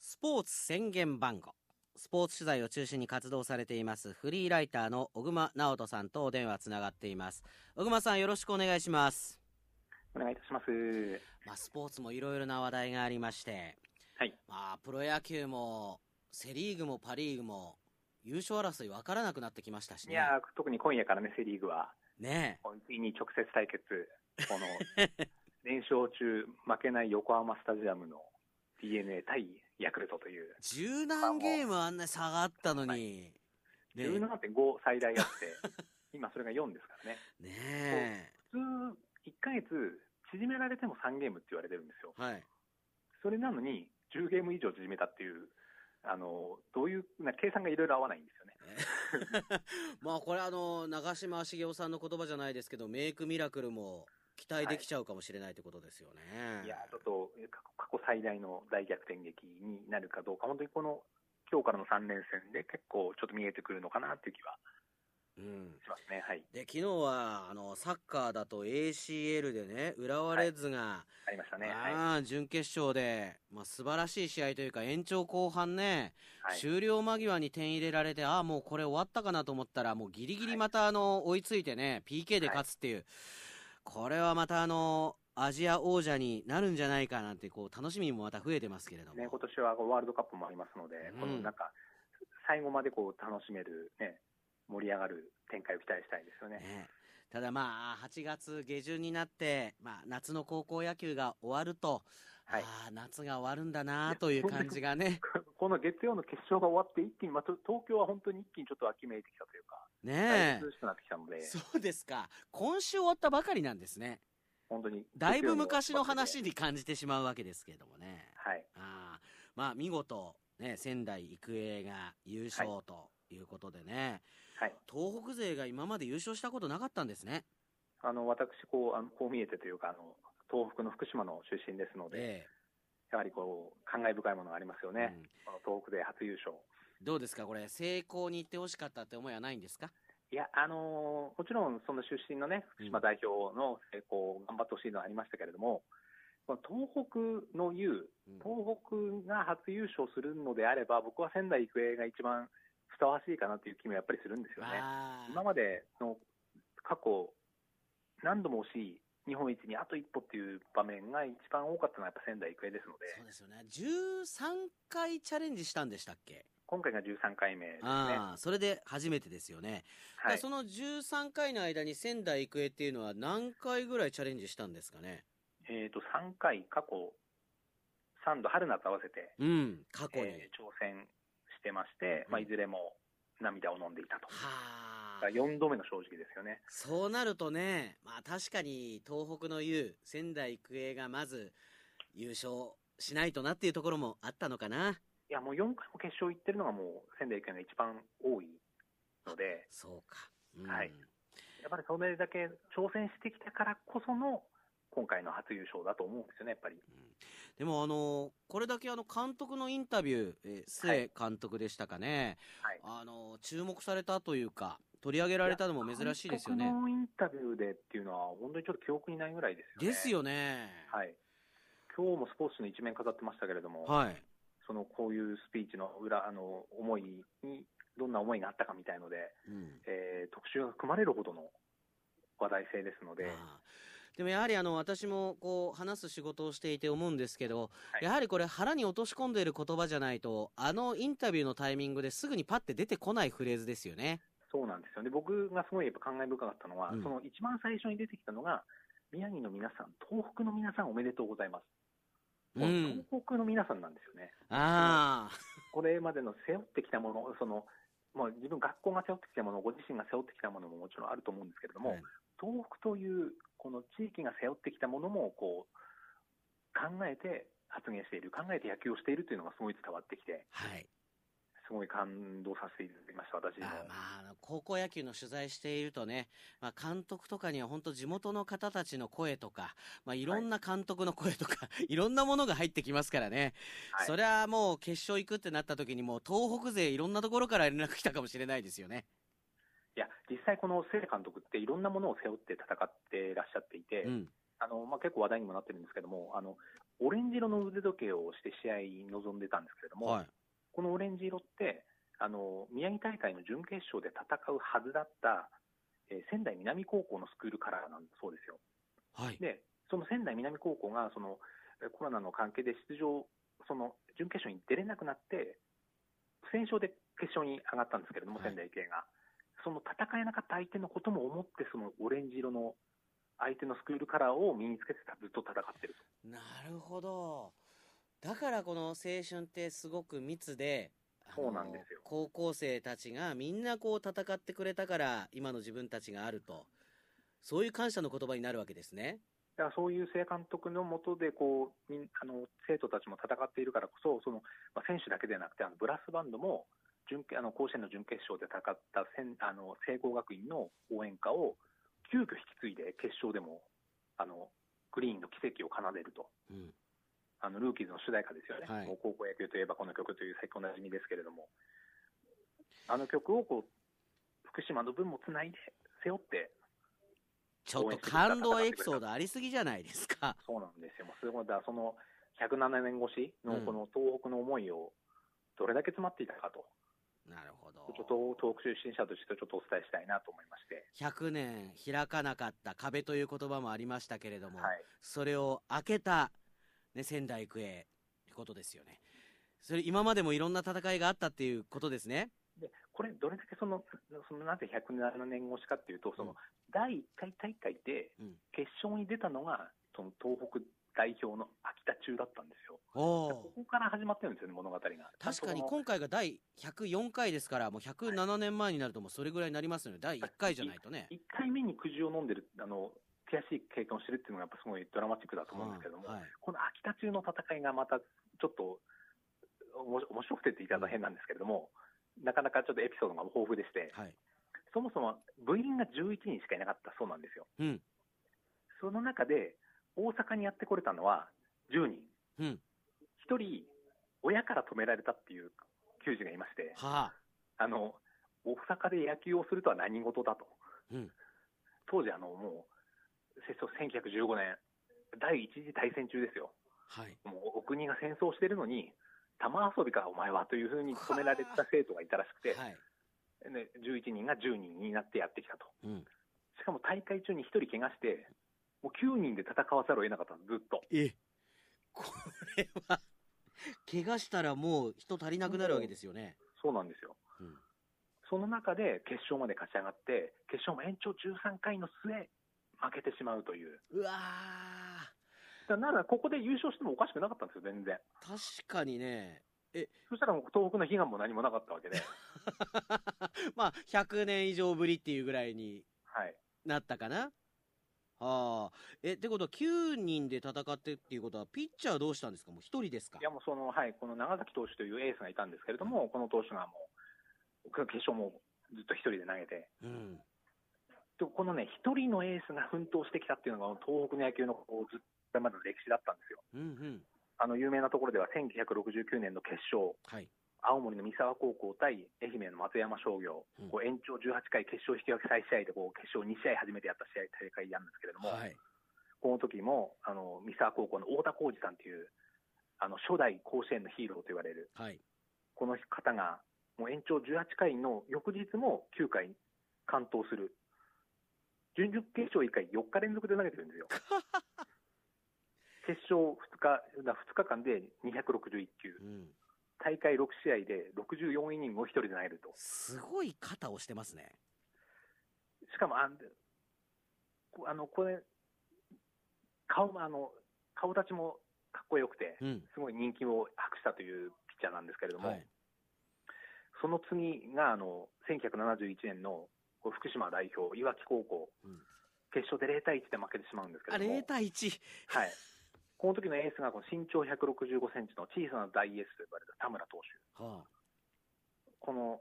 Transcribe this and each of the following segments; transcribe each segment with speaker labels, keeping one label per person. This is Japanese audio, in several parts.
Speaker 1: スポーツ宣言番号スポーツ取材を中心に活動されていますフリーライターの小熊直人さんとお電話つながっています小熊さんよろしくお願いします
Speaker 2: お願いいたします。
Speaker 1: まあスポーツもいろいろな話題がありまして
Speaker 2: はい。
Speaker 1: まあプロ野球もセリーグもパリーグも優勝争い分からなくなってきましたし
Speaker 2: い
Speaker 1: ね
Speaker 2: やー、特に今夜からね、セ・リーグは、
Speaker 1: ねえ
Speaker 2: ついに直接対決、この連勝中、負けない横浜スタジアムの d n a 対ヤクルトという、
Speaker 1: 十何ゲームあんなに下がったのに、
Speaker 2: はい
Speaker 1: ね
Speaker 2: 17.5最大あって、今それが4ですからね、
Speaker 1: ねえ
Speaker 2: 普通、1ヶ月、縮められても3ゲームって言われてるんですよ、
Speaker 1: はい
Speaker 2: それなのに、10ゲーム以上縮めたっていう、あのどういう、な計算がいろいろ合わないんですよね。
Speaker 1: まあこれあの長嶋茂雄さんの言葉じゃないですけどメイクミラクルも期待できちゃうかもしれないということですよね。
Speaker 2: いやーちょっと過去過去最大の大逆転劇になるかどうか、本当にこの今日からの3連戦で結構ちょっと見えてくるのかなっていう気は
Speaker 1: うん、
Speaker 2: しますね、はい、
Speaker 1: で昨日はあのサッカーだと ACL でね浦和レッズが、
Speaker 2: ありましたね、はい
Speaker 1: あー準決勝で、まあ、素晴らしい試合というか延長後半ね、
Speaker 2: はい、
Speaker 1: 終了間際に点入れられてああもうこれ終わったかなと思ったらもうギリギリまたあの追いついてね PK で勝つっていう、これはまたあのアジア王者になるんじゃないかなんてこう楽しみもまた増えてますけれども、
Speaker 2: ね、今年はワールドカップもありますので、
Speaker 1: うん
Speaker 2: このなんか、最後までこう楽しめる、ね、盛り上がる展開を期待したいですよね。
Speaker 1: ねただまあ8月下旬になって、まあ、夏の高校野球が終わると、
Speaker 2: はい
Speaker 1: ああ夏が終わるんだなという感じがね
Speaker 2: この月曜の決勝が終わって、一気に、まあ、と東京は本当に一気にちょっと秋めいてきたというか、
Speaker 1: ね
Speaker 2: だいぶ涼しくなってきたので
Speaker 1: え、そうですか今週終わったばかりなんですね
Speaker 2: 本当に
Speaker 1: だいぶ昔の
Speaker 2: 月曜
Speaker 1: 話
Speaker 2: の
Speaker 1: に感じてしまうわけですけれどもね
Speaker 2: はい
Speaker 1: ああまあ見事、ね、仙台育英が優勝ということでね、
Speaker 2: はい
Speaker 1: 東北勢が今まで優勝したことなかったんですね。
Speaker 2: あの私こうあの、こう見えてというかあの、東北の福島の出身ですので、
Speaker 1: え
Speaker 2: やはりこう感慨深いものがありますよ
Speaker 1: え
Speaker 2: ね、この東北で初優勝。
Speaker 1: うんどうですか、これ、成功に行ってほしかったって思いはないんですか
Speaker 2: いや、あのーもちろん、その出身のね、福島代表の成功、頑張ってほしいのはありましたけれども、この東北の優、
Speaker 1: うん
Speaker 2: 東北が初優勝するのであれば、僕は仙台育英が一番ふさわしいかなという気もやっぱりするんですよね。
Speaker 1: ああ
Speaker 2: 今までの過去、何度も惜しい日本一にあと一歩っていう場面が一番多かったのはやっぱ仙台育英ですので、
Speaker 1: そうですよね、13回チャレンジしたんでしたっけ、
Speaker 2: 今回が13回目ですね。
Speaker 1: ああそれで初めてですよね、だ
Speaker 2: は
Speaker 1: から
Speaker 2: い
Speaker 1: そ、の13回の間に仙台育英っていうのは、何回ぐらいチャレンジしたんですかね、
Speaker 2: えっ、と、3回、過去3度、春夏合わせて、
Speaker 1: うん、過去に。
Speaker 2: えー挑戦してまして、まあ、
Speaker 1: うん
Speaker 2: いずれも涙を飲んでいたと。
Speaker 1: はあ
Speaker 2: 4度目の正直ですよね。
Speaker 1: そうなるとね、まあ確かに東北の優、仙台育英がまず優勝しないとなっていうところもあったのかな。
Speaker 2: いや、もう4回も決勝行ってるのがもう仙台育英が一番多いので、
Speaker 1: そうか。うん
Speaker 2: はいやっぱりそれだけ挑戦してきたからこその、今回の初優勝だと思うんですよね、やっぱり。
Speaker 1: でもあの、これだけあの監督のインタビュー、えー
Speaker 2: は
Speaker 1: 須江
Speaker 2: い
Speaker 1: 監督でしたかね、
Speaker 2: はい
Speaker 1: あの、注目されたというか、取り上げられたのも珍しいですよね
Speaker 2: 監。督のインタビューでっていうのは、本当にちょっと記憶にないぐらいですよね。
Speaker 1: です。よね。
Speaker 2: はい。今日もスポーツの一面飾ってましたけれども、
Speaker 1: はい。
Speaker 2: そのこういうスピーチの裏、あの、思いに、どんな思いがあったかみたいので、
Speaker 1: うん
Speaker 2: えー特集が組まれるほどの話題性ですので、
Speaker 1: ああでもやはりあの私もこう話す仕事をしていて思うんですけど、
Speaker 2: はい
Speaker 1: やはりこれ腹に落とし込んでいる言葉じゃないとあのインタビューのタイミングですぐにパッて出てこないフレーズですよね。
Speaker 2: そうなんですよね。僕がすごいやっぱ感慨深かったのは、
Speaker 1: うん
Speaker 2: その一番最初に出てきたのが、宮城の皆さん、東北の皆さんおめでとうございます。
Speaker 1: う、
Speaker 2: もうん東北の皆さんなんですよね。
Speaker 1: ああ、
Speaker 2: これまでの背負ってきたもの、その、まあ、自分学校が背負ってきたもの、ご自身が背負ってきたものももちろんあると思うんですけれども、
Speaker 1: はい
Speaker 2: 東北という、この地域が背負ってきたものも、こう、考えて発言している、考えて野球をしているというのがすごい伝わってきて、
Speaker 1: はい、
Speaker 2: すごい感動させていただきました、私
Speaker 1: あ
Speaker 2: も。
Speaker 1: あまああの高校野球の取材しているとね、まあ、監督とかには本当地元の方たちの声とか、まあ、いろんな監督の声とか、い、ろんなものが入ってきますからね、
Speaker 2: はい
Speaker 1: それはもう決勝行くってなった時にもう東北勢いろんなところから連絡来たかもしれないですよね。
Speaker 2: いや、実際この聖監督っていろんなものを背負って戦ってらっしゃっていて、
Speaker 1: うん
Speaker 2: あの、まあ、結構話題にもなってるんですけども、あの、オレンジ色の腕時計をして試合に臨んでたんですけれども、
Speaker 1: はい。
Speaker 2: このオレンジ色ってあの宮城大会の準決勝で戦うはずだった、えー仙台南高校のスクールカラーなんだそうですよ。
Speaker 1: はい。
Speaker 2: で、その仙台南高校がそのえーコロナの関係で出場、その準決勝に出れなくなって、不戦勝で決勝に上がったんですけれども、
Speaker 1: はい
Speaker 2: 仙台育英が。その戦えなかった相手のことも思って、そのオレンジ色の相手のスクールカラーを身につけてたずっと戦ってると。
Speaker 1: なるほど。だからこの青春ってすごく密で、あの
Speaker 2: そうなんですよ
Speaker 1: 高校生たちがみんなこう戦ってくれたから、今の自分たちがあると。そういう感謝の言葉になるわけですね。
Speaker 2: だからそういう正監督のもとでこうみんあの生徒たちも戦っているからこそ、そのまあ、選手だけではなくて、あのブラスバンドも準決あの甲子園の準決勝で戦った仙あの聖光学院の応援歌を急遽引き継いで、決勝でもあのグリーンの奇跡を奏でると、
Speaker 1: うん。
Speaker 2: あのルーキーズの主題歌ですよね、
Speaker 1: はい
Speaker 2: もう高校野球といえばこの曲という、最近おなじみですけれども、あの曲をこう福島の分もつないで、背負って、
Speaker 1: ちょっと感動エピソードありすぎじゃないですか。
Speaker 2: そうなんですよ、もうすごいだからその107年越しのこの東北の思いをどれだけ詰まっていたかと、
Speaker 1: なるほど。
Speaker 2: ちょっ と東北出身者としてちょっとお伝えしたいなと思いまして、
Speaker 1: 100年開かなかった壁という言葉もありましたけれども、
Speaker 2: はい、
Speaker 1: それを開けた、ね、仙台育英ってことですよね。それ今までもいろんな戦いがあったっていうことですね。
Speaker 2: でこれ、どれだけそのそのなぜ107年越しかっていうと、その第1回大会で
Speaker 1: うん
Speaker 2: 決勝に出たのが、その東北代表の秋田中だったんですよ。
Speaker 1: お
Speaker 2: こ
Speaker 1: お。
Speaker 2: こから始まってるんですよね、物語が。
Speaker 1: 確かに
Speaker 2: この
Speaker 1: 今回が第104回ですから、もう107年前になるともうそれぐらいになりますので、第1回じゃないとね。
Speaker 2: 1回目にくじを飲んでる、あの悔しい経験をしてるっていうのが、やっぱすごいドラマチックだと思うんですけども、
Speaker 1: はい。
Speaker 2: この秋田中の戦いがまたちょっとおもし面白くてって言い方は変なんですけれども、なかなかちょっとエピソードが豊富でして、
Speaker 1: はい。
Speaker 2: そもそも部員が11人しかいなかったそうなんですよ。
Speaker 1: うん。
Speaker 2: その中で、大阪にやってこれたのは10人、
Speaker 1: うん。
Speaker 2: 1人、親から止められたっていう球児がいまして、
Speaker 1: はあ。
Speaker 2: あの大阪で野球をするとは何事だと、
Speaker 1: うん。
Speaker 2: 当時、あのもう、戦争1915年、第一次大戦中ですよ。
Speaker 1: はい。
Speaker 2: もうお国が戦争してるのに、玉遊びか、お前はというふうに止められた生徒がいたらしくて、
Speaker 1: はい。
Speaker 2: で11人が10人になってやってきたと、
Speaker 1: うん。
Speaker 2: しかも大会中に1人怪我して、もう9人で戦わざるを得なかったのずっと。
Speaker 1: えこれは、怪我したらもう人足りなくなるわけですよね。
Speaker 2: そうなんですよ
Speaker 1: うん。
Speaker 2: その中で決勝まで勝ち上がって、決勝も延長13回の末、負けてしまうという、
Speaker 1: うわ
Speaker 2: だからならここで優勝してもおかしくなかったんですよ、全然。
Speaker 1: ー確かにね、
Speaker 2: そしたらもう東北の悲願も何もなかったわけ で、
Speaker 1: まあ、100年以上ぶりっていうぐらいに
Speaker 2: はい、
Speaker 1: なったかな。はあ。え、ってことは9人で戦ってっていうことは、ピッチャーはどうしたんですかもう1人ですか
Speaker 2: いやもうその、はい、この長崎投手というエースがいたんですけれども、この投手がもう、決勝もずっと一人で投げて、
Speaker 1: うん。
Speaker 2: でこのね、一人のエースが奮闘してきたっていうのが、東北の野球のこうずっとこれまでの歴史だったんですよ。
Speaker 1: うんうん。
Speaker 2: あの有名なところでは、1969年の決勝、
Speaker 1: はい。
Speaker 2: 青森の三沢高校対愛媛の松山商業、
Speaker 1: うん
Speaker 2: こう延長18回決勝引き分け再試合でこう、決勝2試合初めてやった試合、大会なんですけれども、
Speaker 1: はい。
Speaker 2: この時もあの三沢高校の太田浩二さんという、あの初代甲子園のヒーローと言われる、
Speaker 1: はい。
Speaker 2: この方が、もう延長18回の翌日も9回完投する。準々決勝1回4日連続で投げてるんですよ。決勝2日、2日間で261球
Speaker 1: う。ん。
Speaker 2: 大会6試合で64イニングを1人で投げると。
Speaker 1: すごい肩をしてますね。
Speaker 2: しかも、あんこあの、これ、顔も、あの、顔立ちもかっこよくて、
Speaker 1: うん。
Speaker 2: すごい人気を博したというピッチャーなんですけれども、
Speaker 1: はい。
Speaker 2: その次があの1971年のこう福島代表、いわき高校、
Speaker 1: うん
Speaker 2: 決勝で0対1で負けてしまうんですけ
Speaker 1: あ、
Speaker 2: ども、
Speaker 1: 0対1。
Speaker 2: はい、この時のエースがこの身長165センチの小さな大エースと呼ばれた田村投手、
Speaker 1: はあ。
Speaker 2: この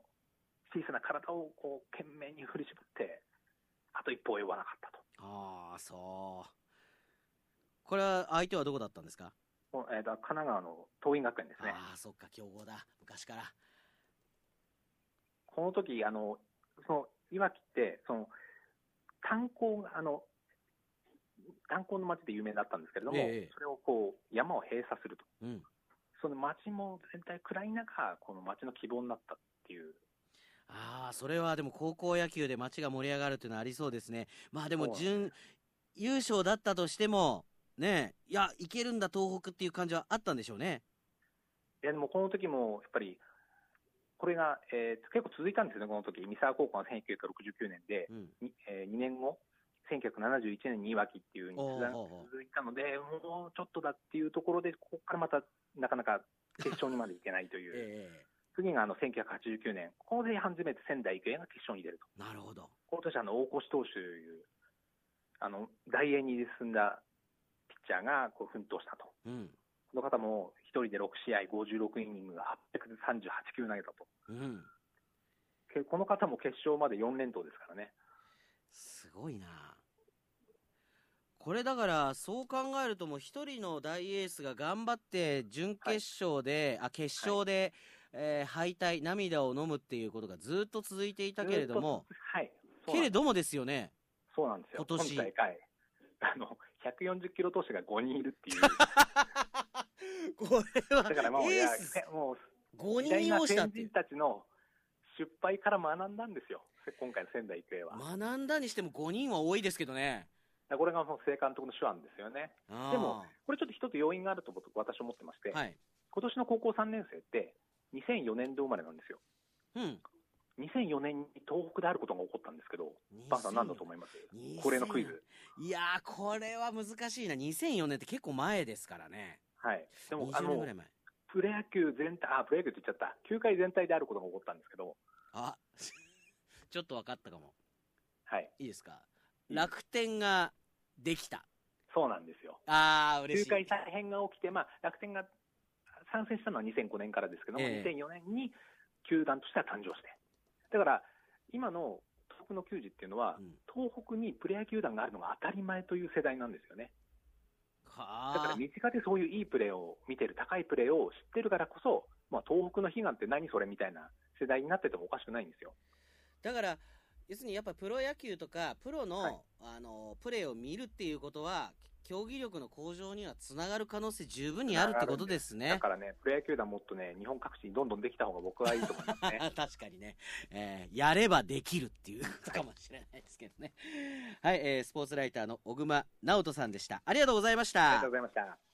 Speaker 2: 小さな体をこう懸命に振り絞って、あと一歩及ばなかったと。
Speaker 1: ああ、そう。これは相手はどこだったんですか
Speaker 2: このえーと神奈川の桐蔭学園ですね。
Speaker 1: ああ、そっか、強豪だ。昔から。
Speaker 2: この時あのそのいわきってその炭鉱があの炭鉱の町で有名だったんですけれども、
Speaker 1: ええ
Speaker 2: それをこう山を閉鎖すると、
Speaker 1: うん。
Speaker 2: その町も全体暗い中、この町の希望になったっていう、
Speaker 1: ああ、それはでも高校野球で街が盛り上がるっていうのはありそうですね。まあで
Speaker 2: そう
Speaker 1: も
Speaker 2: なん
Speaker 1: 準優勝だったとしても、ねえ、いや、いけるんだ東北っていう感じはあったんでしょうね。
Speaker 2: いやでもこの時もやっぱり、これが、えー結構続いたんですよね、この時三沢高校が1969年で、
Speaker 1: うん。
Speaker 2: にえ2年後、1971年にいわきっていう
Speaker 1: お
Speaker 2: ふ
Speaker 1: う
Speaker 2: うに
Speaker 1: おうおう
Speaker 2: 続いたので、もうちょっとだっていうところで、ここからまたなかなか決勝にまでいけないという、
Speaker 1: え
Speaker 2: 次があの1989年、こので初めて仙台育英が決勝に出ると。
Speaker 1: えなるほど。
Speaker 2: 今年あの大越投手というあの大英に進んだピッチャーがこう奮闘したと、
Speaker 1: うん。
Speaker 2: この方も1人で6試合、56イニング、838球投げたと、
Speaker 1: うん。
Speaker 2: けこの方も決勝まで4連投ですからね、
Speaker 1: すごいなこれだからそう考えるともう一人の大エースが頑張って準決勝で、あ決勝で、えー敗退涙を飲むっていうことがずっと続いていたけれども
Speaker 2: ずっと、はい、
Speaker 1: けれ
Speaker 2: ど
Speaker 1: どもですよね
Speaker 2: そうなんですよ、
Speaker 1: 今年
Speaker 2: 今大会 あの、140キロ投手が5人いるっ ていう、
Speaker 1: これは
Speaker 2: だからもう、い
Speaker 1: エー
Speaker 2: や
Speaker 1: ス
Speaker 2: もう
Speaker 1: 5
Speaker 2: 偉大
Speaker 1: 人
Speaker 2: な
Speaker 1: 擁したっ
Speaker 2: 先
Speaker 1: て
Speaker 2: 人たちの失敗から学んだんですよ、今回の仙台育英は。だか
Speaker 1: 学んだにしても5人は多いですけどね
Speaker 2: らこれがもう正監督の手腕ですよね。
Speaker 1: でも
Speaker 2: でもこれちょっと一つ要因があると僕私は思ってまして、
Speaker 1: はい
Speaker 2: 今年の高校3年生って2004年度生まれなんですよ。
Speaker 1: うん
Speaker 2: 2004年に東北であることが起こったんですけど、バンさん何だと思います
Speaker 1: 2004
Speaker 2: これのクイズ。
Speaker 1: いやーこれは難しいな2004年って結構前ですからね
Speaker 2: はい。でも、あ
Speaker 1: 20年
Speaker 2: の
Speaker 1: ぐらい、前
Speaker 2: プロ野球全体、あ、プロ野球って言っちゃった。球界全体であることが起こったんですけど、
Speaker 1: あ ちょっと分かったかも
Speaker 2: はい。
Speaker 1: いいですか
Speaker 2: いい
Speaker 1: 楽天ができた
Speaker 2: そうなんですよ。
Speaker 1: あー嬉
Speaker 2: 球
Speaker 1: しい
Speaker 2: 界再編が起きて、まあ、楽天が参戦したのは2005年からですけども、
Speaker 1: ええ
Speaker 2: 2004年に球団としては誕生して。だから、今の東北の球児っていうのは
Speaker 1: う、ん
Speaker 2: 東北にプロ野球団があるのが当たり前という世代なんですよね。だか
Speaker 1: は
Speaker 2: ら
Speaker 1: あ
Speaker 2: 身近でそういういいプレーを見てる、高いプレーを知ってるからこそ、まあ、東北の悲願って何それみたいな世代になっててもおかしくないんですよ。
Speaker 1: だから要するにやっぱプロ野球とかプロの,、
Speaker 2: はい
Speaker 1: あのプレーを見るっていうことは競技力の向上にはつながる可能性十分にあるってことです
Speaker 2: だ
Speaker 1: ね
Speaker 2: からね、プロ野球団もっとね、日本各地にどんどんできた方が僕はいいと思います ね。
Speaker 1: 確かにね、えーやればできるっていうことかもしれないですけどねはい、えースポーツライターの小熊直人さんでしたありがとうございまし
Speaker 2: あり
Speaker 1: た
Speaker 2: がとうございました。